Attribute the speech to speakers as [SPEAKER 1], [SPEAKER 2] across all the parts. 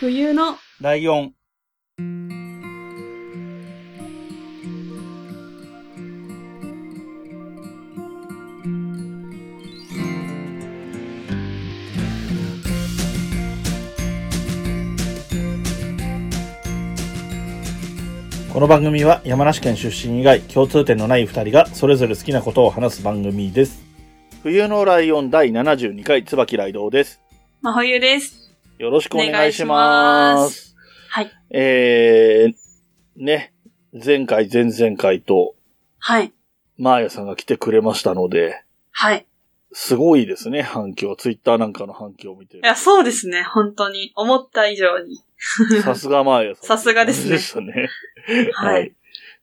[SPEAKER 1] 冬の
[SPEAKER 2] ライオン。この番組は山梨県出身以外共通点のない2人がそれぞれ好きなことを話す番組です。冬のライオン第72回椿雷道です。
[SPEAKER 1] 真冬です。
[SPEAKER 2] よろしくお願いします。
[SPEAKER 1] はい。
[SPEAKER 2] えー、ね、前回、前々回と、
[SPEAKER 1] はい。
[SPEAKER 2] マーヤさんが来てくれましたので、
[SPEAKER 1] はい。
[SPEAKER 2] すごいですね、反響。ツイッターなんかの反響を見て
[SPEAKER 1] い。や、そうですね。本当に。思った以上に。
[SPEAKER 2] さすがマーヤさ
[SPEAKER 1] さ
[SPEAKER 2] ん。
[SPEAKER 1] すがですね
[SPEAKER 2] でしたね。
[SPEAKER 1] はい。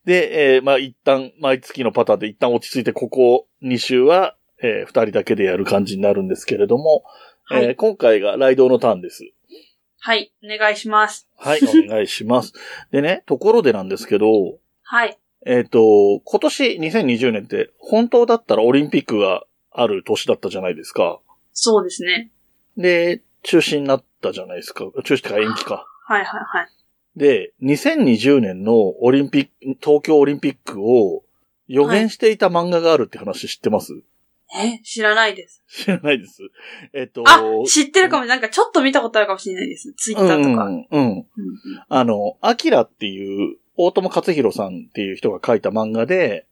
[SPEAKER 2] で、えーまあ一旦、毎月のパターンで一旦落ち着いて、ここ2週は、えー、2人だけでやる感じになるんですけれども、
[SPEAKER 1] は
[SPEAKER 2] え
[SPEAKER 1] い。
[SPEAKER 2] ー今回がライドのターンです。
[SPEAKER 1] はい。お願いします。
[SPEAKER 2] はい、お願いします。でね、ところでなんですけど、
[SPEAKER 1] はい。
[SPEAKER 2] えっ、と、今年2020年って本当だったらオリンピックがある年だったじゃないですか。
[SPEAKER 1] そうですね。
[SPEAKER 2] で、中止になったじゃないですか。中止とか延期か。
[SPEAKER 1] はいはいはい。
[SPEAKER 2] で、2020年のオリンピック、東京オリンピックを予言していた漫画があるって話知ってます、
[SPEAKER 1] え、知らないです。
[SPEAKER 2] 知らないです。えっ、と、
[SPEAKER 1] あ、知ってるかも。なんかちょっと見たことあるかもしれないです。ツイッターとか。
[SPEAKER 2] うん、うん。
[SPEAKER 1] うんうん
[SPEAKER 2] あの、アキラっていう、大友克弘さんっていう人が書いた漫画で、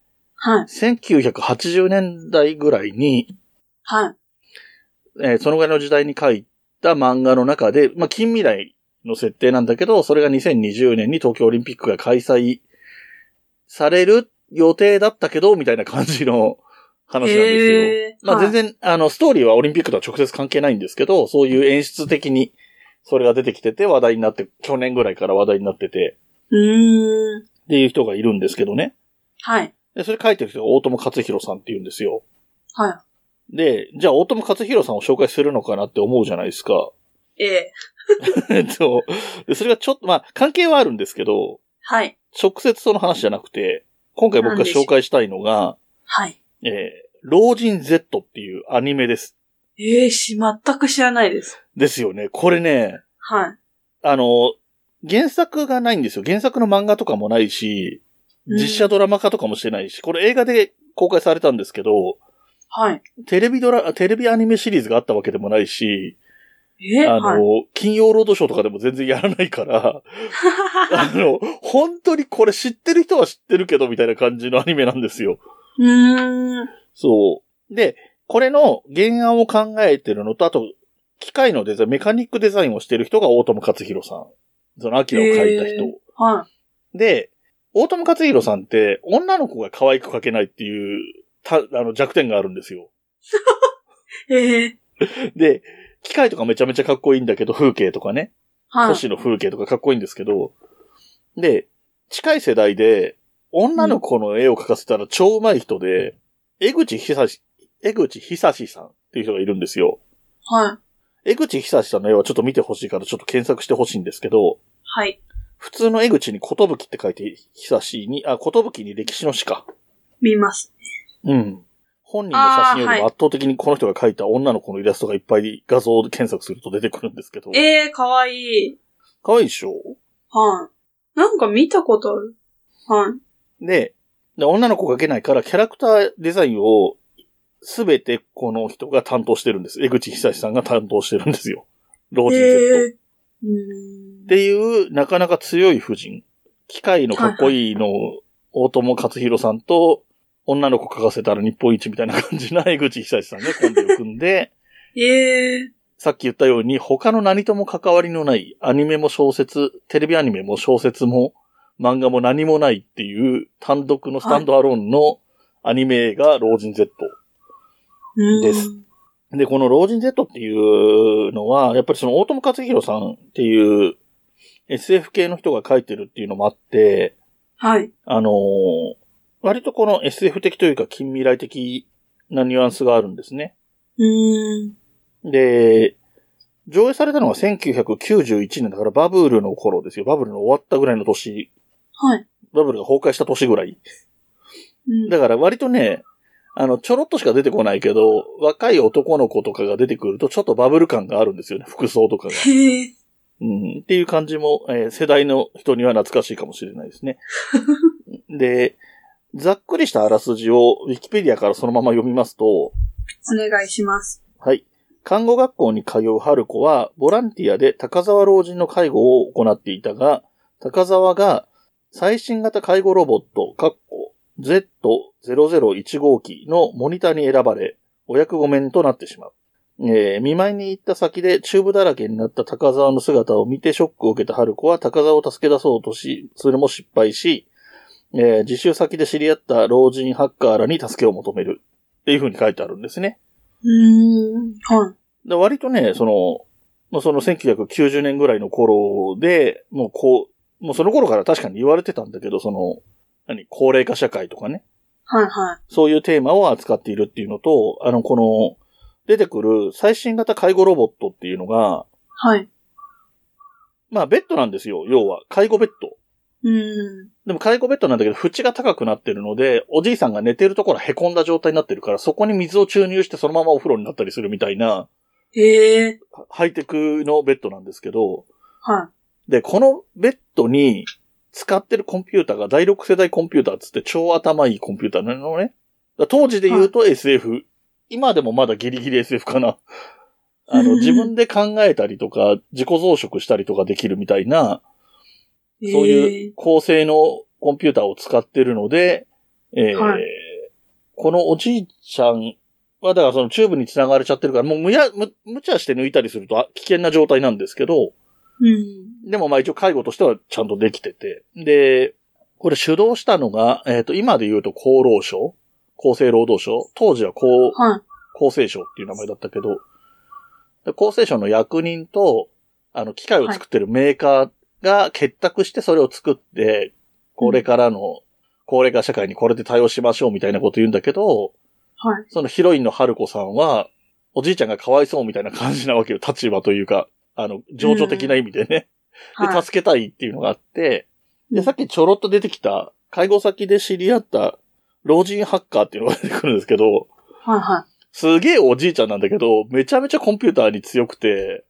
[SPEAKER 1] はい。
[SPEAKER 2] 1980年代ぐらいに
[SPEAKER 1] はい。
[SPEAKER 2] えーそのぐらいの時代に書いた漫画の中で、まあ、近未来の設定なんだけど、それが2020年に東京オリンピックが開催される予定だったけど、みたいな感じの話なんですよ。
[SPEAKER 1] へー
[SPEAKER 2] まあ、
[SPEAKER 1] はい
[SPEAKER 2] 全然、あの、ストーリーはオリンピックとは直接関係ないんですけど、そういう演出的にそれが出てきてて話題になって、去年ぐらいから話題になってて、
[SPEAKER 1] うーん。
[SPEAKER 2] っていう人がいるんですけどね。
[SPEAKER 1] はい。
[SPEAKER 2] で、それ書いてる人が大友克弘さんっていうんですよ。
[SPEAKER 1] は
[SPEAKER 2] で、じゃあ大友克弘さんを紹介するのかなって思うじゃないですか。
[SPEAKER 1] い。ええ。
[SPEAKER 2] えっと、でそれがちょっと、まあ、関係はあるんですけど、
[SPEAKER 1] はい。
[SPEAKER 2] 直接その話じゃなくて、今回僕が紹介したいのが、
[SPEAKER 1] はい。
[SPEAKER 2] えー、老人 Z っていうアニメです。
[SPEAKER 1] ええ、し、全く知らないです。
[SPEAKER 2] ですよね。これね、
[SPEAKER 1] はい。
[SPEAKER 2] あの、原作がないんですよ。原作の漫画とかもないし、
[SPEAKER 1] うん
[SPEAKER 2] 実写ドラマ化とかもしてないし、これ映画で公開されたんですけど、
[SPEAKER 1] はい。
[SPEAKER 2] テレビドラ、テレビアニメシリーズがあったわけでもないし、
[SPEAKER 1] ええ、
[SPEAKER 2] あ
[SPEAKER 1] はい。
[SPEAKER 2] の、金曜ロードショーとかでも全然やらないから、あの、本当にこれ知ってる人は知ってるけど、みたいな感じのアニメなんですよ。
[SPEAKER 1] うーん。
[SPEAKER 2] そう。で、これの原案を考えてるのと、あと、機械のデザイン、メカニックデザインをしてる人が大友克弘さん。その、アキラを描いた人。
[SPEAKER 1] は
[SPEAKER 2] で、大友克弘さんって、女の子が可愛く描けないっていう、た、あの、弱点があるんですよ。
[SPEAKER 1] い。ええ。
[SPEAKER 2] で、機械とかめちゃめちゃかっこいいんだけど、風景とかね。
[SPEAKER 1] は
[SPEAKER 2] 都
[SPEAKER 1] い。
[SPEAKER 2] 市の風景とかかっこいいんですけど、で、近い世代で、女の子の絵を描かせたら超上手い人で、江口久志、江口久志さんっていう人がいるんですよ。
[SPEAKER 1] はい。
[SPEAKER 2] 江口久志さんの絵はちょっと見てほしいからちょっと検索してほしいんですけど、
[SPEAKER 1] はい。
[SPEAKER 2] 普通の江口に寿って書いて、久志に、あ、寿に歴史の詩か。
[SPEAKER 1] 見ます。
[SPEAKER 2] うん。本人の写真よ
[SPEAKER 1] あーは
[SPEAKER 2] り
[SPEAKER 1] い
[SPEAKER 2] も圧倒的にこの人が描いた女の子のイラストがいっぱい画像で検索すると出てくるんですけど。
[SPEAKER 1] ええ、かわいい。
[SPEAKER 2] かわいいでしょ
[SPEAKER 1] はい。なんか見たことある。はい。
[SPEAKER 2] で、で女の子が描けないから、キャラクターデザインを、すべてこの人が担当してるんです。江口久志さんが担当してるんですよ。老人 Z。っ
[SPEAKER 1] えうーん。
[SPEAKER 2] ていう、なかなか強い婦人。機械のかっこいいの、大友克弘さんと、女の子描かせたら日本一みたいな感じな江口久志さんがコンビを組んで、
[SPEAKER 1] ええ
[SPEAKER 2] さっき言ったように、他の何とも関わりのない、アニメも小説、テレビアニメも小説も、漫画も何もないっていう、単独のスタンドアローンのアニメ映画、老人 Z。
[SPEAKER 1] うーん。
[SPEAKER 2] ですで、この老人 Z っていうのは、やっぱりその大友克弘さんっていう SF 系の人が書いてるっていうのもあって、
[SPEAKER 1] はい。
[SPEAKER 2] あのー割とこの SF 的というか近未来的なニュアンスがあるんですね。
[SPEAKER 1] うーん。
[SPEAKER 2] で、上映されたのが1991年だからバブルの頃ですよ。バブルの終わったぐらいの年、
[SPEAKER 1] はい。
[SPEAKER 2] バブルが崩壊した年ぐらい。
[SPEAKER 1] うん
[SPEAKER 2] だから割とね、あの、ちょろっとしか出てこないけど、若い男の子とかが出てくるとちょっとバブル感があるんですよね、服装とかが。
[SPEAKER 1] へえ。
[SPEAKER 2] うん、っていう感じも、えー世代の人には懐かしいかもしれないですね。で、ざっくりしたあらすじをウィキペディアからそのまま読みますと、
[SPEAKER 1] お願いします。
[SPEAKER 2] はい。看護学校に通う春子は、ボランティアで高沢老人の介護を行っていたが、高沢が最新型介護ロボット、カッコ Z001 号機のモニターに選ばれ、お役御免となってしまう。えー見舞いに行った先でチューブだらけになった高沢の姿を見てショックを受けた春子は高沢を助け出そうとし、それも失敗し、えー自習先で知り合った老人ハッカーらに助けを求める。っていう風に書いてあるんですね。
[SPEAKER 1] うーん。はい。
[SPEAKER 2] で割とね、その、まあ、その1990年ぐらいの頃で、もうこう、もうその頃から確かに言われてたんだけど、その、何、高齢化社会とかね、
[SPEAKER 1] はいは
[SPEAKER 2] そういうテーマを扱っているっていうのと、あの、この、出てくる最新型介護ロボットっていうのが、
[SPEAKER 1] い。はい。
[SPEAKER 2] まあベッドなんですよ、要は。介護ベッド。
[SPEAKER 1] うーん。
[SPEAKER 2] でも介護ベッドなんだけど、縁が高くなってるので、おじいさんが寝てるところは凹んだ状態になってるから、そこに水を注入してそのままお風呂になったりするみたいな、
[SPEAKER 1] へえ。
[SPEAKER 2] ハイテクのベッドなんですけど、
[SPEAKER 1] は
[SPEAKER 2] で、このベッドに使ってるコンピューターが第6世代コンピューターっつって超頭いいコンピューターなのね。だから当時で言うと SF、今でもまだギリギリ SF かな。あの、自分で考えたりとか、自己増殖したりとかできるみたいな、
[SPEAKER 1] い。
[SPEAKER 2] そう
[SPEAKER 1] へ
[SPEAKER 2] い
[SPEAKER 1] え
[SPEAKER 2] う。高性能コンピューターを使ってるので、えー
[SPEAKER 1] は
[SPEAKER 2] このおじいちゃんは、だからそのチューブに繋がれちゃってるから、もうむや、む、無茶して抜いたりするとあ危険な状態なんですけど、
[SPEAKER 1] うん。
[SPEAKER 2] でもまあ一応介護としてはちゃんとできてて。で、これ主導したのが、えっ、と、今で言うと厚労省厚生労働省当時は厚、
[SPEAKER 1] はい。
[SPEAKER 2] 厚生省っていう名前だったけど、で厚生省の役人と、あの、機械を作ってるメーカーが結託してそれを作って、これからの高齢化社会にこれで対応しましょうみたいなこと言うんだけど、
[SPEAKER 1] はい。
[SPEAKER 2] そのヒロインの春子さんは、おじいちゃんがかわいそうみたいな感じなわけよ。立場というか、あの、情緒的な意味でね。
[SPEAKER 1] は
[SPEAKER 2] で、
[SPEAKER 1] い。
[SPEAKER 2] 助けたいっていうのがあって、で、さっきちょろっと出てきた、介護先で知り合った老人ハッカーっていうのが出てくるんですけど、
[SPEAKER 1] はいは
[SPEAKER 2] すげえおじいちゃんなんだけど、めちゃめちゃコンピューターに強く て、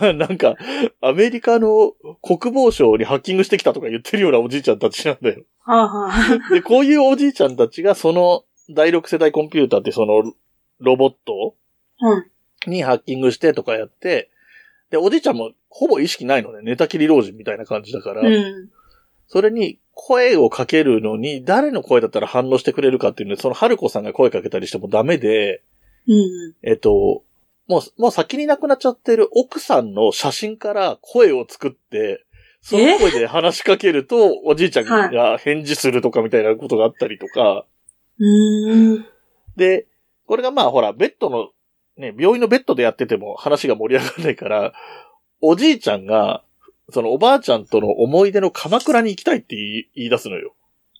[SPEAKER 2] ななんか、アメリカの国防省にハッキングしてきたとか言ってるようなおじいちゃんたちなんだよ。
[SPEAKER 1] い。はいはい。
[SPEAKER 2] で、こういうおじいちゃんたちがその第6世代コンピューターってそのロボット
[SPEAKER 1] はい。
[SPEAKER 2] にハッキングしてとかやって、で、おじいちゃんもほぼ意識ないのね。寝たきり老人みたいな感じだから。
[SPEAKER 1] うん。
[SPEAKER 2] それに声をかけるのに、誰の声だったら反応してくれるかっていうので、その春子さんが声かけたりしてもダメで、
[SPEAKER 1] うん。
[SPEAKER 2] えっと、もう、もう先に亡くなっちゃってる奥さんの写真から声を作って、その声で話しかけると、おじいちゃんが返事するとかみたいなことがあったりとか、
[SPEAKER 1] うーん。
[SPEAKER 2] で、これがまあほら、ベッドの、ね、病院のベッドでやってても話が盛り上がらないから、おじいちゃんが、そのおばあちゃんとの思い出の鎌倉に行きたいって言い言い出すのよ。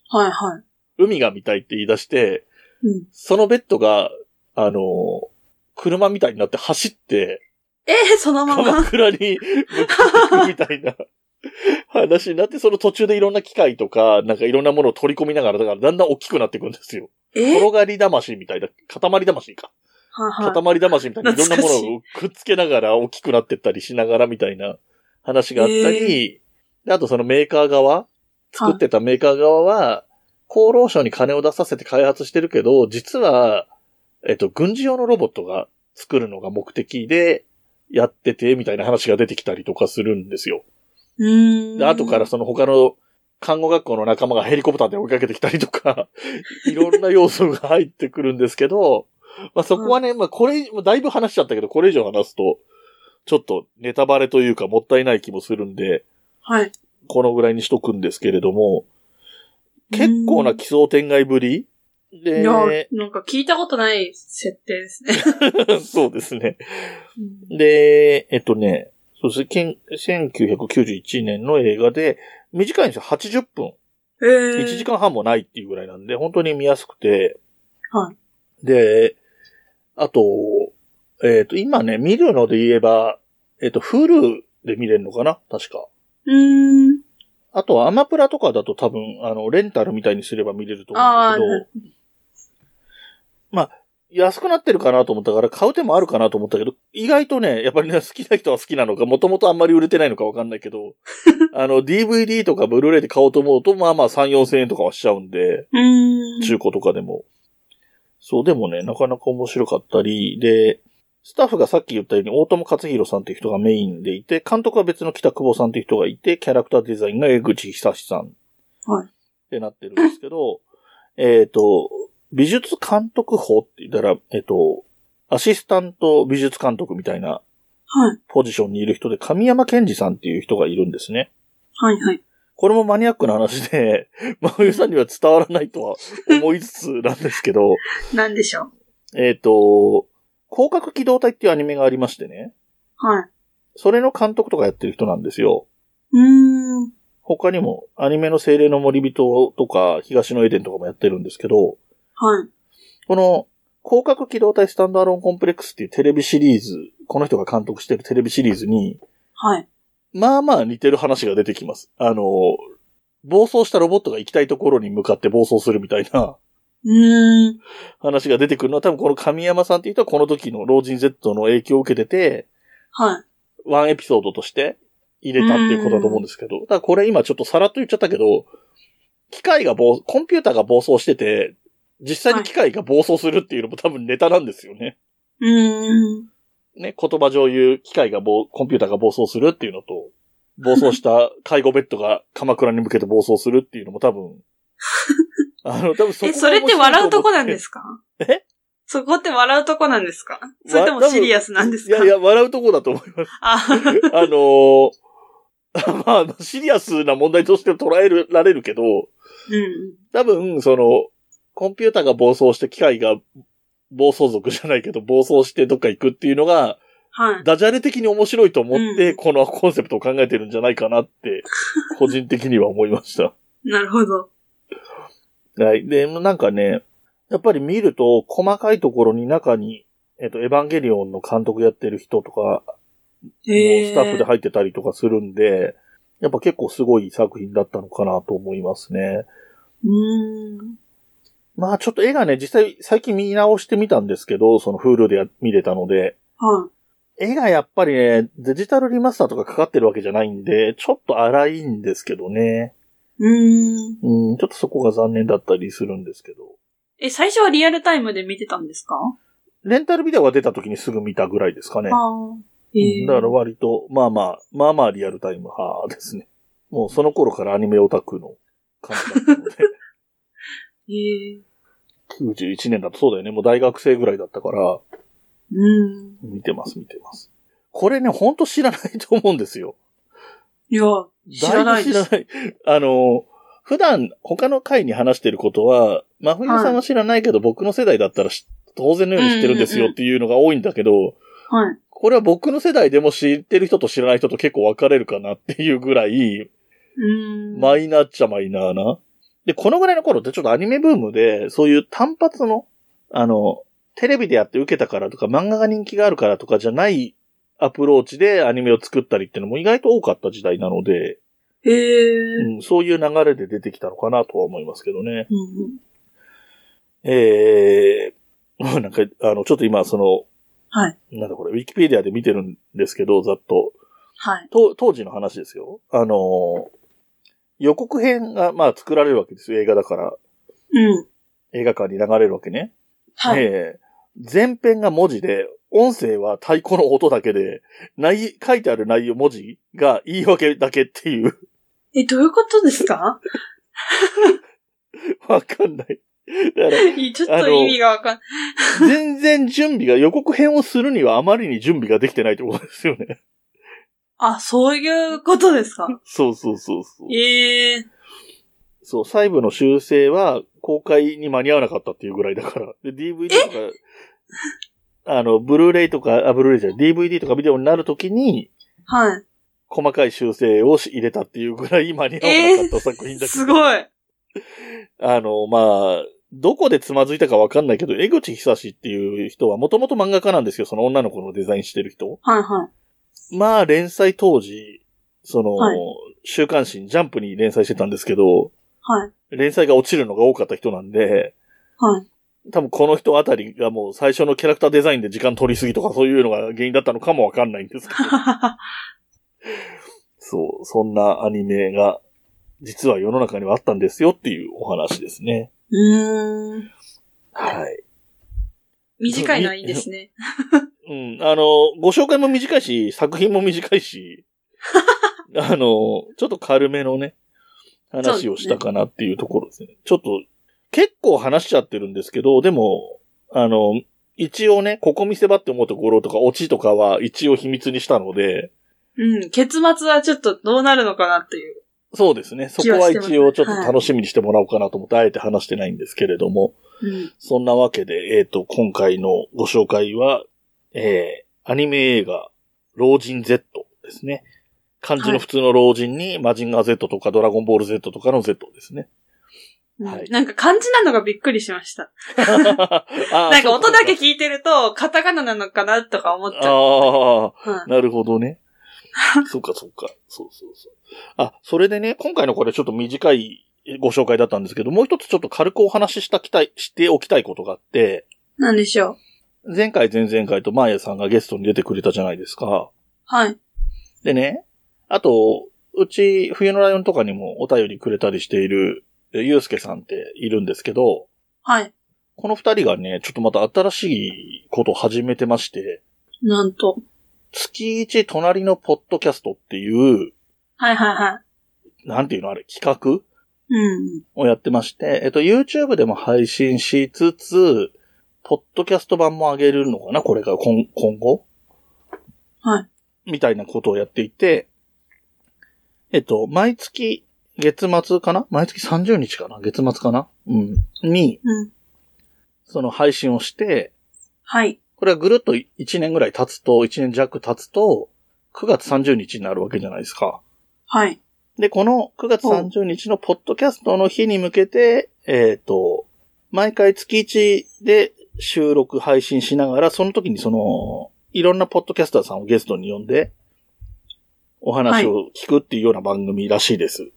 [SPEAKER 1] はいは
[SPEAKER 2] 海が見たいって言い出して、
[SPEAKER 1] い。うん。
[SPEAKER 2] そのベッドが、あの、車みたいになって走って、
[SPEAKER 1] えー、そのま
[SPEAKER 2] 鎌
[SPEAKER 1] ま。
[SPEAKER 2] 倉に 向かっていくみたいな 話になって、その途中でいろんな機械とか、なんかいろんなものを取り込みながら、だからだんだん大きくなっていくんですよ。
[SPEAKER 1] えー、
[SPEAKER 2] 転がり魂みたいな、塊魂か。
[SPEAKER 1] はいはい。
[SPEAKER 2] 塊魂みたいないろんなも
[SPEAKER 1] 懐かしい
[SPEAKER 2] のをくっつけながら大きくなってったりしながらみたいな話があったり、であとそのメーカー側、作ってたメーカー側は、厚労省に金を出させて開発してるけど、実は、えっと、軍事用のロボットが作るのが目的でやってて、みたいな話が出てきたりとかするんですよ。
[SPEAKER 1] うーん。
[SPEAKER 2] で、後からその他の看護学校の仲間がヘリコプターで追いかけてきたり とか、いろんな要素が入ってくるんですけど、まあそこはね、まあこれ、もうだいぶ話しちゃったけど、これ以上話すと、ちょっとネタバレというかもったいない気もするんで、
[SPEAKER 1] はい。
[SPEAKER 2] このぐらいにしとくんですけれども、結構な奇想天外ぶり
[SPEAKER 1] うんいや
[SPEAKER 2] で、、
[SPEAKER 1] なんか聞いたことない設定ですね。
[SPEAKER 2] そうですね。
[SPEAKER 1] うん
[SPEAKER 2] で、えっとね、そうですねけん、1991年の映画で、短いんですよ、80分。
[SPEAKER 1] えー、
[SPEAKER 2] 1時間半もないっていうぐらいなんで、本当に見やすくて。
[SPEAKER 1] は
[SPEAKER 2] で、あと、えっ、と、今ね、見るので言えば、えっ、と、フルで見れるのかな確か。
[SPEAKER 1] うーん。
[SPEAKER 2] あとはアマプラとかだと多分、あの、レンタルみたいにすれば見れると思うんだけど、まあ、安くなってるかなと思ったから、買う手もあるかなと思ったけど、意外とね、やっぱりね、好きな人は好きなのか、もともとあんまり売れてないのかわかんないけど、あの、DVD とかブルーレイで買おうと思うと、まあまあ3、4千円とかはしちゃうんで、
[SPEAKER 1] うーん。
[SPEAKER 2] 中古とかでも。そう、でもね、なかなか面白かったり、で、スタッフがさっき言ったように、大友克弘さんっていう人がメインでいて、監督は別の北久保さんっていう人がいて、キャラクターデザインが江口久志さん。
[SPEAKER 1] はい
[SPEAKER 2] ってなってるんですけど、 えっと、美術監督法って言ったら、えっ、と、アシスタント美術監督みたいな
[SPEAKER 1] はい。
[SPEAKER 2] ポジションにいる人で、神山健二さんっていう人がいるんですね。
[SPEAKER 1] はいはい。こ
[SPEAKER 2] これもマニアックな話で、 まふゆさんには伝わらないとは思いつつなんですけど、
[SPEAKER 1] なんでしょう。
[SPEAKER 2] えっと、広角機動隊っていうアニメがありましてね、
[SPEAKER 1] はい。
[SPEAKER 2] それの監督とかやってる人なんですよ。
[SPEAKER 1] うーん。
[SPEAKER 2] 他にも、アニメの精霊の森人とか、東のエデンとかもやってるんですけど、
[SPEAKER 1] はい。
[SPEAKER 2] この、広角機動隊スタンドアローンコンプレックスっていうテレビシリーズ、この人が監督してるテレビシリーズに、
[SPEAKER 1] はい。
[SPEAKER 2] まあまあ似てる話が出てきます。あの、暴走したロボットが行きたいところに向かって暴走するみたいな
[SPEAKER 1] うーん。
[SPEAKER 2] 話が出てくるのは多分この神山さんっていう人はこの時の老人 Z の影響を受けてて、
[SPEAKER 1] はい。
[SPEAKER 2] ワンエピソードとして入れたっていうことだと思うんですけど、ただこれ今ちょっとさらっと言っちゃったけど、機械が暴、コンピューターが暴走してて、実際に機械が暴走するっていうのも多分ネタなんですよね。
[SPEAKER 1] うーん。
[SPEAKER 2] ね、言葉上言う機械が暴、コンピューターが暴走するっていうのと、暴走した介護ベッドが鎌倉に向けて暴走するっていうのも多分、あの、多分そこ
[SPEAKER 1] え、それって笑うとこなんですすか
[SPEAKER 2] え
[SPEAKER 1] そこって笑うとこなんですかそれともシリアスなんですか
[SPEAKER 2] いやいや、笑うとこだと思います。
[SPEAKER 1] あ、
[SPEAKER 2] あのー まあ、シリアスな問題として捉えるられるけど、
[SPEAKER 1] うん。
[SPEAKER 2] 多分、その、コンピューターが暴走して機械が暴走族じゃないけど、暴走してどっか行くっていうのが、
[SPEAKER 1] はい。
[SPEAKER 2] ダジャレ的に面白いと思って、
[SPEAKER 1] うん
[SPEAKER 2] このコンセプトを考えてるんじゃないかなって、個人的には思いました。
[SPEAKER 1] なるほど。
[SPEAKER 2] はい。で、なんかね、やっぱり見ると、細かいところに中に、えっと、エヴァンゲリオンの監督やってる人とか、
[SPEAKER 1] へえ。
[SPEAKER 2] スタッフで入ってたりとかするんで、やっぱ結構すごい作品だったのかなと思いますね。
[SPEAKER 1] うーん。
[SPEAKER 2] まあちょっと絵がね、実際最近見直してみたんですけど、その Hulu でや見れたので、
[SPEAKER 1] はい。
[SPEAKER 2] 絵がやっぱりね、デジタルリマスターとかかかってるわけじゃないんで、ちょっと荒いんですけどね。
[SPEAKER 1] うーん。
[SPEAKER 2] うん、ちょっとそこが残念だったりするんですけど。
[SPEAKER 1] え、最初はリアルタイムで見てたんですか
[SPEAKER 2] レンタルビデオが出た時にすぐ見たぐらいですかね。
[SPEAKER 1] ああ。
[SPEAKER 2] うん
[SPEAKER 1] え
[SPEAKER 2] だから割と、まあまあ、まあまあリアルタイム派ですね。もうその頃からアニメオタクの感じだったので。
[SPEAKER 1] え
[SPEAKER 2] 91年だとそうだよね。もう大学生ぐらいだったから、
[SPEAKER 1] うん。
[SPEAKER 2] 見てます、見てます。これね、ほんと知らないと思うんですよ。
[SPEAKER 1] いや、知らないです。
[SPEAKER 2] だぶ知らない。あの、普段他の回に話してることは、真冬さんは知らないけど、僕の世代だったら知当然のように知ってるんで
[SPEAKER 1] う
[SPEAKER 2] す
[SPEAKER 1] んうん
[SPEAKER 2] よ
[SPEAKER 1] うん
[SPEAKER 2] っていうのが多いんだけど、
[SPEAKER 1] はい。
[SPEAKER 2] これは僕の世代でも知ってる人と知らない人と結構分かれるかなっていうぐらい、
[SPEAKER 1] うん。
[SPEAKER 2] マイナーっちゃマイナーな。で、このぐらいの頃ってちょっとアニメブームで、そういう単発の、あの、テレビでやって受けたからとか、漫画が人気があるからとかじゃないアプローチでアニメを作ったりっていうのも意外と多かった時代なので、
[SPEAKER 1] へえ。
[SPEAKER 2] うん、そういう流れで出てきたのかなとは思いますけどね。
[SPEAKER 1] うん。
[SPEAKER 2] えー、 もうなんか、あの、ちょっと今、その、
[SPEAKER 1] はい。
[SPEAKER 2] なんだこれ、ウィキペディアで見てるんですけど、ざっと。
[SPEAKER 1] はい。
[SPEAKER 2] と当時の話ですよ。あのー予告編が、まあ、作られるわけですよ。映画だから。
[SPEAKER 1] うん。
[SPEAKER 2] 映画館に流れるわけね。
[SPEAKER 1] はい。
[SPEAKER 2] えー前編が文字で、音声は太鼓の音だけで、内、書いてある内容、文字が言い訳だけっていう。
[SPEAKER 1] え、どういうことですか
[SPEAKER 2] わかんない。だから、
[SPEAKER 1] いやちょっと意味がわかん
[SPEAKER 2] 全然準備が、予告編をするにはあまりに準備ができてないってことですよね。
[SPEAKER 1] あ、そういうことですか
[SPEAKER 2] そうそうそうそう。
[SPEAKER 1] ええ
[SPEAKER 2] そう、細部の修正は公開に間に合わなかったっていうぐらいだから。で、DVD とか、あの、ブルーレイとか、あ、ブルーレイじゃない、DVD とかビデオになるときに、
[SPEAKER 1] は
[SPEAKER 2] 細かい修正をし入れたっていうぐらい間に合わなかった作品
[SPEAKER 1] い。
[SPEAKER 2] だけ
[SPEAKER 1] す
[SPEAKER 2] ど、
[SPEAKER 1] ごい。
[SPEAKER 2] あの、まあ、どこでつまずいたかわかんないけど、江口久志っていう人はもともと漫画家なんですよ、その女の子のデザインしてる人。
[SPEAKER 1] はいは
[SPEAKER 2] まあ、連載当時、その、
[SPEAKER 1] はい
[SPEAKER 2] 週刊誌、ジャンプに連載してたんですけど、
[SPEAKER 1] はい
[SPEAKER 2] 連載が落ちるのが多かった人なんで、
[SPEAKER 1] はい
[SPEAKER 2] 多分この人あたりがもう最初のキャラクターデザインで時間取りすぎとかそういうのが原因だったのかもわかんないんですけど。そう、そんなアニメが実は世の中にはあったんですよっていうお話ですね。
[SPEAKER 1] うーん。
[SPEAKER 2] はい。
[SPEAKER 1] 短いのはいいですね。
[SPEAKER 2] うん、あの、ご紹介も短いし、作品も短い し、あの、ちょっと軽めのね、話をしたかなっていうところですね。ちょっと、結構話しちゃってるんですけど、でも、あの、一応ね、ここ見せ場って思うところとか、オチとかは一応秘密にしたので、
[SPEAKER 1] うん。結末はちょっとどうなるのかなっていう。
[SPEAKER 2] そうですね。そこは一応ちょっと楽しみにしてもらおうかなと思って、あえて話してないんですけれども、
[SPEAKER 1] うん。
[SPEAKER 2] そんなわけで、えっ、と、今回のご紹介は、えー、アニメ映画、老人 Z ですね。漢字の普通の老人に、マジンガー Z とかドラゴンボール Z とかの Z で すね。
[SPEAKER 1] うん
[SPEAKER 2] はい
[SPEAKER 1] なんか漢字なのがびっくりしました。な
[SPEAKER 2] なん
[SPEAKER 1] か音だけ聞いてると、カタカナなのかなとか思っちゃう。
[SPEAKER 2] あ
[SPEAKER 1] うん
[SPEAKER 2] あ、なるほどね。そうか、そうか。そうそうそう。あ、それでね、今回のこれちょっと短いご紹介だったんですけど、もう一つちょっと軽くお話ししたきたい、しておきたいことがあって、
[SPEAKER 1] なんでしょう。
[SPEAKER 2] 前回、前々回とマーヤさんがゲストに出てくれたじゃないですか。
[SPEAKER 1] はい。
[SPEAKER 2] でね、あと、うち、冬のライオンとかにもお便りくれたりしている、えゆうすけさんっているんですけど、
[SPEAKER 1] はい。
[SPEAKER 2] この二人がね、ちょっとまた新しいことを始めてまして、
[SPEAKER 1] なんと。
[SPEAKER 2] 月一隣のポッドキャストっていう、
[SPEAKER 1] はいはいは
[SPEAKER 2] なんていうのあれ、企画
[SPEAKER 1] い。うん。
[SPEAKER 2] をやってまして、えっと、YouTube でも配信しつつ、ポッドキャスト版も上げるのかなこれから、今、今後
[SPEAKER 1] はい。
[SPEAKER 2] みたいなことをやっていて、えっと、毎月、月末かな毎月30日かな月末かなうん。に、
[SPEAKER 1] うん。
[SPEAKER 2] その配信をして、
[SPEAKER 1] はい。
[SPEAKER 2] これはぐるっと1年ぐらい経つと、1年弱経つと、9月30日になるわけじゃないですか。
[SPEAKER 1] はい。
[SPEAKER 2] で、この9月30日のポッドキャストの日に向けて、えっ、と、毎回月1で収録配信しながら、その時にその、いろんなポッドキャスターさんをゲストに呼んで、お話を聞くっていうような番組らしいです。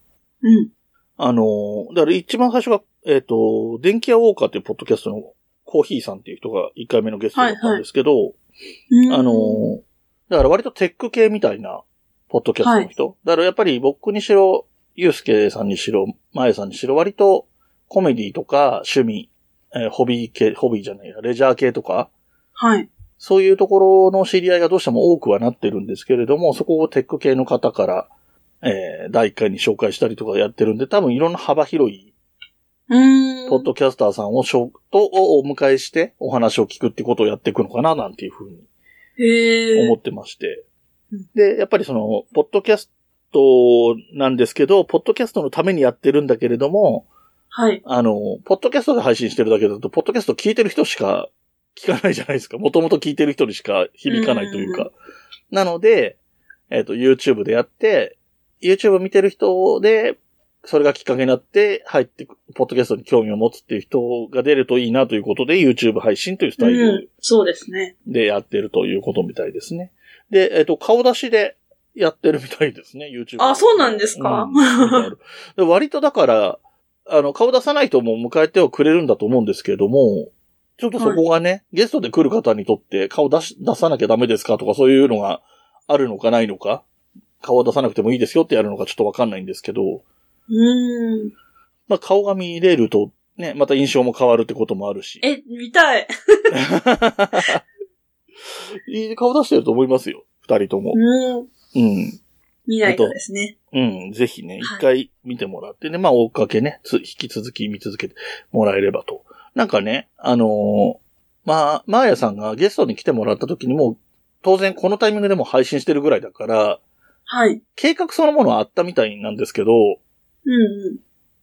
[SPEAKER 1] うん。
[SPEAKER 2] あの、だから一番最初が、えっ、と、電気屋ウォーカーっていうポッドキャストのコーヒーさんっていう人が1回目のゲストだったんですけど、
[SPEAKER 1] うん
[SPEAKER 2] あのー、だから割とテック系みたいな、ポッドキャストの人。だからやっぱり僕にしろ、ゆうすけさんにしろ、まえさんにしろ、割とコメディとか趣味、えーホビー系、ホビーじゃないや、レジャー系とか、
[SPEAKER 1] はい。
[SPEAKER 2] そういうところの知り合いがどうしても多くはなってるんですけれども、そこをテック系の方から、えー第1回に紹介したりとかやってるんで、多分いろんな幅広い、
[SPEAKER 1] うん。
[SPEAKER 2] ポッドキャスターさんをしょ、と、をお迎えして、お話を聞くってことをやっていくのかな、なんていうふうに
[SPEAKER 1] へえ。
[SPEAKER 2] 思ってまして
[SPEAKER 1] うん。
[SPEAKER 2] で、やっぱりその、ポッドキャストなんですけど、ポッドキャストのためにやってるんだけれども、
[SPEAKER 1] はい。
[SPEAKER 2] あの、ポッドキャストで配信してるだけだと、ポッドキャスト聞いてる人しか聞かないじゃないですか。もともと聞いてる人にしか響かないという
[SPEAKER 1] うん
[SPEAKER 2] か。なので、えっ、と、YouTube でやって、YouTube 見てる人で、それがきっかけになって、入ってく、ポッドキャストに興味を持つっていう人が出るといいなということで、YouTube 配信というスタイル
[SPEAKER 1] うん。そうですね。
[SPEAKER 2] でやってるということみたいですね。で、えっ、と、顔出しでやってるみたいですね、YouTube。
[SPEAKER 1] あそうなんですか
[SPEAKER 2] うんみたいなで割とだから、あの、顔出さない人も迎えてはくれるんだと思うんですけれども、ちょっとそこがね、ゲストで来る方にとって顔出し、出さなきゃダメですかとかそういうのがあるのかないのか、顔は出さなくてもいいですよってやるのかちょっとわかんないんですけど、
[SPEAKER 1] うん。
[SPEAKER 2] まあ顔が見れると、ね、また印象も変わるってこともあるし。
[SPEAKER 1] え、見たい。
[SPEAKER 2] いい顔出してると思いますよ、二人とも。
[SPEAKER 1] うん。
[SPEAKER 2] うん。
[SPEAKER 1] 見ないとですね。
[SPEAKER 2] うん、ぜひね、
[SPEAKER 1] は
[SPEAKER 2] 一
[SPEAKER 1] い
[SPEAKER 2] 回見てもらってね、まあ、追っかけね、つ、引き続き見続けてもらえればと。なんかね、あのーまあ、マーヤさんがゲストに来てもらった時にもう、当然このタイミングでもう配信してるぐらいだから、
[SPEAKER 1] はい。
[SPEAKER 2] 計画そのものはあったみたいなんですけど、
[SPEAKER 1] うんうん。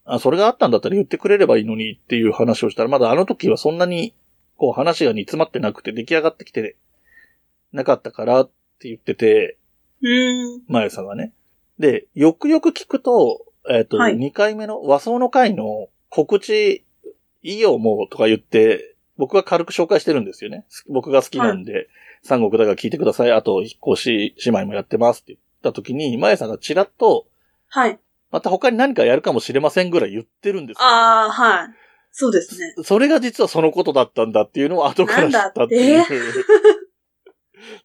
[SPEAKER 2] あ、それがあったんだったら言ってくれればいいのにっていう話をしたら、まだあの時はそんなに、こう話が煮詰まってなくて出来上がってきてなかったからって言ってて、
[SPEAKER 1] うん。
[SPEAKER 2] マヤさんがね。で、よくよく聞くと、えっ、と、
[SPEAKER 1] はい
[SPEAKER 2] 2回目の和装の回の告知、いいよもうとか言って、僕が軽く紹介してるんですよね。す僕が好きなんで、三国だから聞いてください。あと、引っ越し姉妹もやってますって言った時に、マヤさんがちらっと、
[SPEAKER 1] はい。
[SPEAKER 2] また他に何かやるかもしれませんぐらい言ってるんですよ、
[SPEAKER 1] ああ、はい。そうですね。
[SPEAKER 2] それが実はそのことだったんだっていうのを後から知ったっていう。
[SPEAKER 1] なん
[SPEAKER 2] そ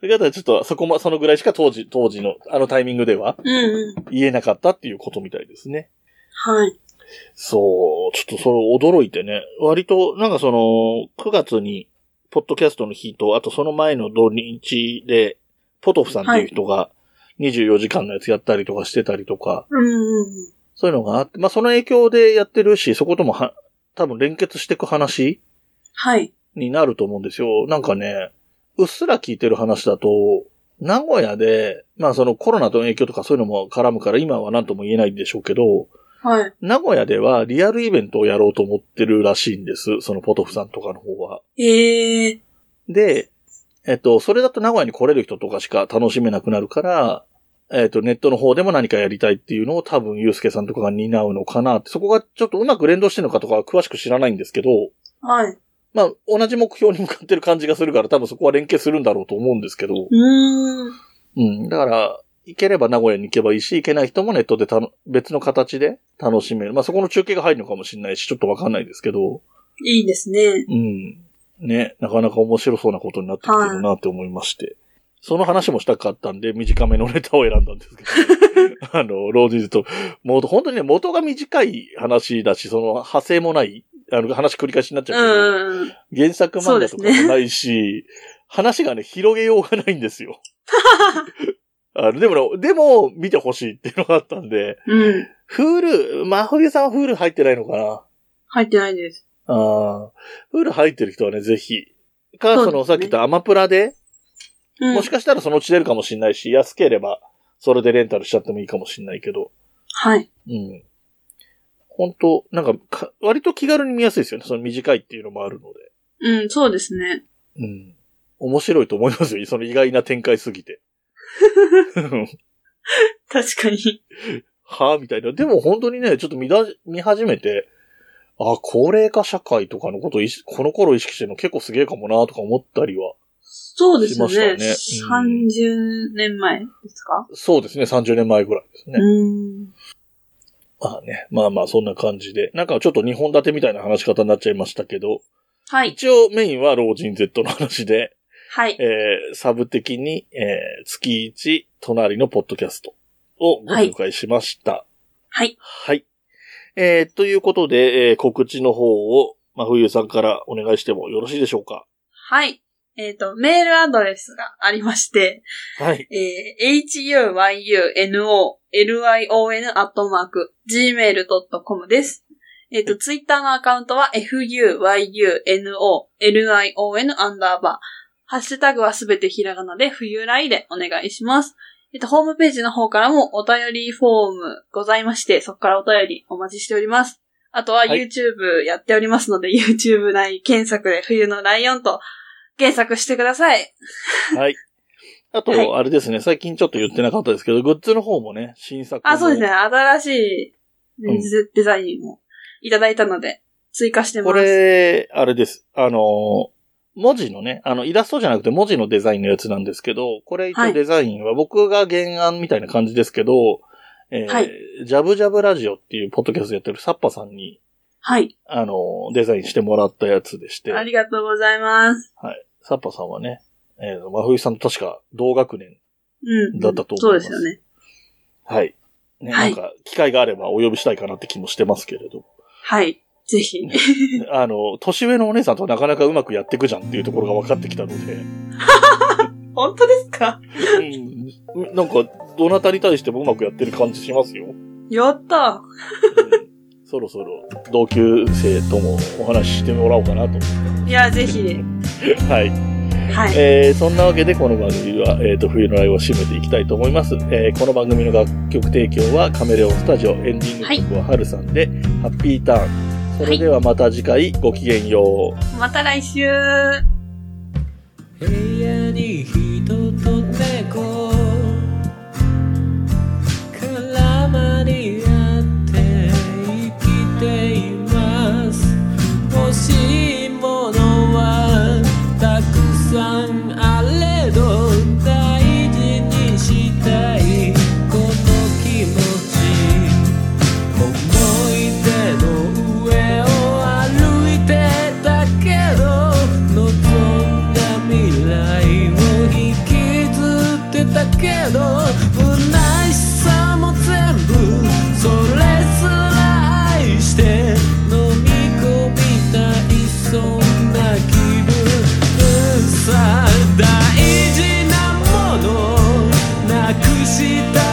[SPEAKER 2] れがだからちょっ とそこま、そのぐらいしか当時、当時のあのタイミングでは
[SPEAKER 1] うんうん。
[SPEAKER 2] 言えなかったっていうことみたいですね。
[SPEAKER 1] はい。
[SPEAKER 2] そう、ちょっとそれ驚いてね。割と、なんかその、9月に、ポッドキャストの日と、あとその前の土日で、ポトフさんっていう人が、24時間のやつやったりとかしてたりとか、
[SPEAKER 1] うんうんうん。
[SPEAKER 2] そういうのがあって、まあその影響でやってるし、そこともは、多分連結していく話
[SPEAKER 1] はい。
[SPEAKER 2] になると思うんですよ。なんかね、うっすら聞いてる話だと、名古屋で、まあそのコロナとの影響とかそういうのも絡むから今は何とも言えないんでしょうけど、
[SPEAKER 1] はい。
[SPEAKER 2] 名古屋ではリアルイベントをやろうと思ってるらしいんです。そのポトフさんとかの方は。
[SPEAKER 1] ええ
[SPEAKER 2] で、えっと、それだと名古屋に来れる人とかしか楽しめなくなるから、えっと、ネットの方でも何かやりたいっていうのを多分、ゆうすけさんとかが担うのかなって、そこがちょっとうまく連動してるのかとかは詳しく知らないんですけど、
[SPEAKER 1] はい。
[SPEAKER 2] まあ、同じ目標に向かってる感じがするから、多分そこは連携するんだろうと思うんですけ
[SPEAKER 1] う
[SPEAKER 2] ど、
[SPEAKER 1] ーん。
[SPEAKER 2] うん。だから、行ければ名古屋に行けばいいし、行けない人もネットでたの別の形で楽しめる。まあ、そこの中継が入るのかもしれないし、ちょっとわかんないですけど、
[SPEAKER 1] いいですね。
[SPEAKER 2] うん。ね、なかなか面白そうなことになってきてるなって思いまして。その話もしたかったんで、短めのネタを選んだんですけど、 あの、ローディーズと、もう本当にね、元が短い話だし、その派生もない、あの、話繰り返しになっち
[SPEAKER 1] う
[SPEAKER 2] ゃうけど、
[SPEAKER 1] んうんうん。
[SPEAKER 2] 原作漫画と
[SPEAKER 1] そう
[SPEAKER 2] か
[SPEAKER 1] です
[SPEAKER 2] も
[SPEAKER 1] ね
[SPEAKER 2] ないし、話がね、広げようがないんで すよ。あの、でもね、でも、見てほしいっていうのがあったんで、
[SPEAKER 1] うん。
[SPEAKER 2] フール、まほゆさんはフール入ってないのかな
[SPEAKER 1] 入ってないです。
[SPEAKER 2] ああ、フール入ってる人はね、ぜひ。
[SPEAKER 1] そ
[SPEAKER 2] か、
[SPEAKER 1] うですね
[SPEAKER 2] その、さっき言ったアマプラで、
[SPEAKER 1] うん。
[SPEAKER 2] もしかしたらそのうち出るかもしんないし、安ければ、それでレンタルしちゃってもいいかもしんないけど、
[SPEAKER 1] はい。
[SPEAKER 2] うん。本当なんかか、割と気軽に見やすいですよね。その短いっていうのもあるので。
[SPEAKER 1] うん、そうですね。
[SPEAKER 2] うん。面白いと思いますよ。その意外な展開す ぎて。
[SPEAKER 1] 確かに。
[SPEAKER 2] はぁみたいな。でも本当にね、ちょっと見だ、見始めて、あ、高齢化社会とかのことを意識この頃意識してるの結構すげえかもなとか思ったりは。
[SPEAKER 1] そうですよね。
[SPEAKER 2] しましたね
[SPEAKER 1] 30年前ですか
[SPEAKER 2] そうですね、30年前ぐらいですね。
[SPEAKER 1] うん。
[SPEAKER 2] まあね、まあまあそんな感じで。なんかちょっと2本立てみたいな話し方になっちゃいましたけど、
[SPEAKER 1] はい。
[SPEAKER 2] 一応メインは老人 Z の話で、
[SPEAKER 1] はい。
[SPEAKER 2] えー、サブ的に、えー、月1隣のポッドキャストをご紹介しました。
[SPEAKER 1] はい。
[SPEAKER 2] はい。えー、ということで、えー告知の方を、まふゆさんからお願いしてもよろしいでしょうか。
[SPEAKER 1] はい。えっ、と、メールアドレスがありまして、
[SPEAKER 2] はい。
[SPEAKER 1] えー、huyunolion.gmail.com です。えっ、と、ツイッターのアカウントは fuyunolion アンダーバー。ハッシュタグはすべてひらがなで冬来でお願いします。えっ、と、ホームページの方からもお便りフォームございまして、そこからお便りお待ちしております。あとは
[SPEAKER 2] はい
[SPEAKER 1] YouTube やっておりますので、YouTube 内検索で冬のライオンと検索してください。
[SPEAKER 2] はい。あと、
[SPEAKER 1] はい
[SPEAKER 2] あれですね、最近ちょっと言ってなかったですけど、グッズの方もね、新作の
[SPEAKER 1] あ、そうですね。新しいね
[SPEAKER 2] うん
[SPEAKER 1] デデザインをいただいたので、追加してます。
[SPEAKER 2] これ、あれです。あのー、文字のね、あの、イラストじゃなくて文字のデザインのやつなんですけど、これ一
[SPEAKER 1] は
[SPEAKER 2] 応
[SPEAKER 1] い
[SPEAKER 2] デザインは僕が原案みたいな感じですけど、えー
[SPEAKER 1] はい
[SPEAKER 2] ジャブジャブラジオっていうポッドキャストやってるサッパさんに、
[SPEAKER 1] はい。
[SPEAKER 2] あのー、デザインしてもらったやつでして、
[SPEAKER 1] ありがとうございます。
[SPEAKER 2] サッパさんはね、えー、真冬さんと確か同学年。
[SPEAKER 1] うん。
[SPEAKER 2] だったと思います
[SPEAKER 1] そうですよね。
[SPEAKER 2] はい。ね、
[SPEAKER 1] はい
[SPEAKER 2] なんか、機会があればお呼びしたいかなって気もしてますけれど。
[SPEAKER 1] はい。ぜ ひ。
[SPEAKER 2] あの、年上のお姉さんとなかなかうまくやっていくじゃんっていうところが分かってきたので、
[SPEAKER 1] 本当ですか
[SPEAKER 2] うん、なんか、どなたに対してもうまくやってる感じしますよ。
[SPEAKER 1] やった
[SPEAKER 2] うんそろそろ、同級生ともお話ししてもらおうかなと思っ
[SPEAKER 1] いや、ぜ
[SPEAKER 2] て。
[SPEAKER 1] ひ。。
[SPEAKER 2] はい。
[SPEAKER 1] はい。
[SPEAKER 2] えーそんなわけでこの番組は、えー、と冬のライブを締めていきたいと思います、えーこの番組の楽曲提供はカメレオンスタジオエンディング曲ははるさんで、ハッピーターンそれではまた次回ごきげんよう、
[SPEAKER 1] また来週
[SPEAKER 3] 部屋に人と猫絡まり合って生きています欲しいものはたくさんあれど大事にしたいこの気持ち思い出の上を歩いした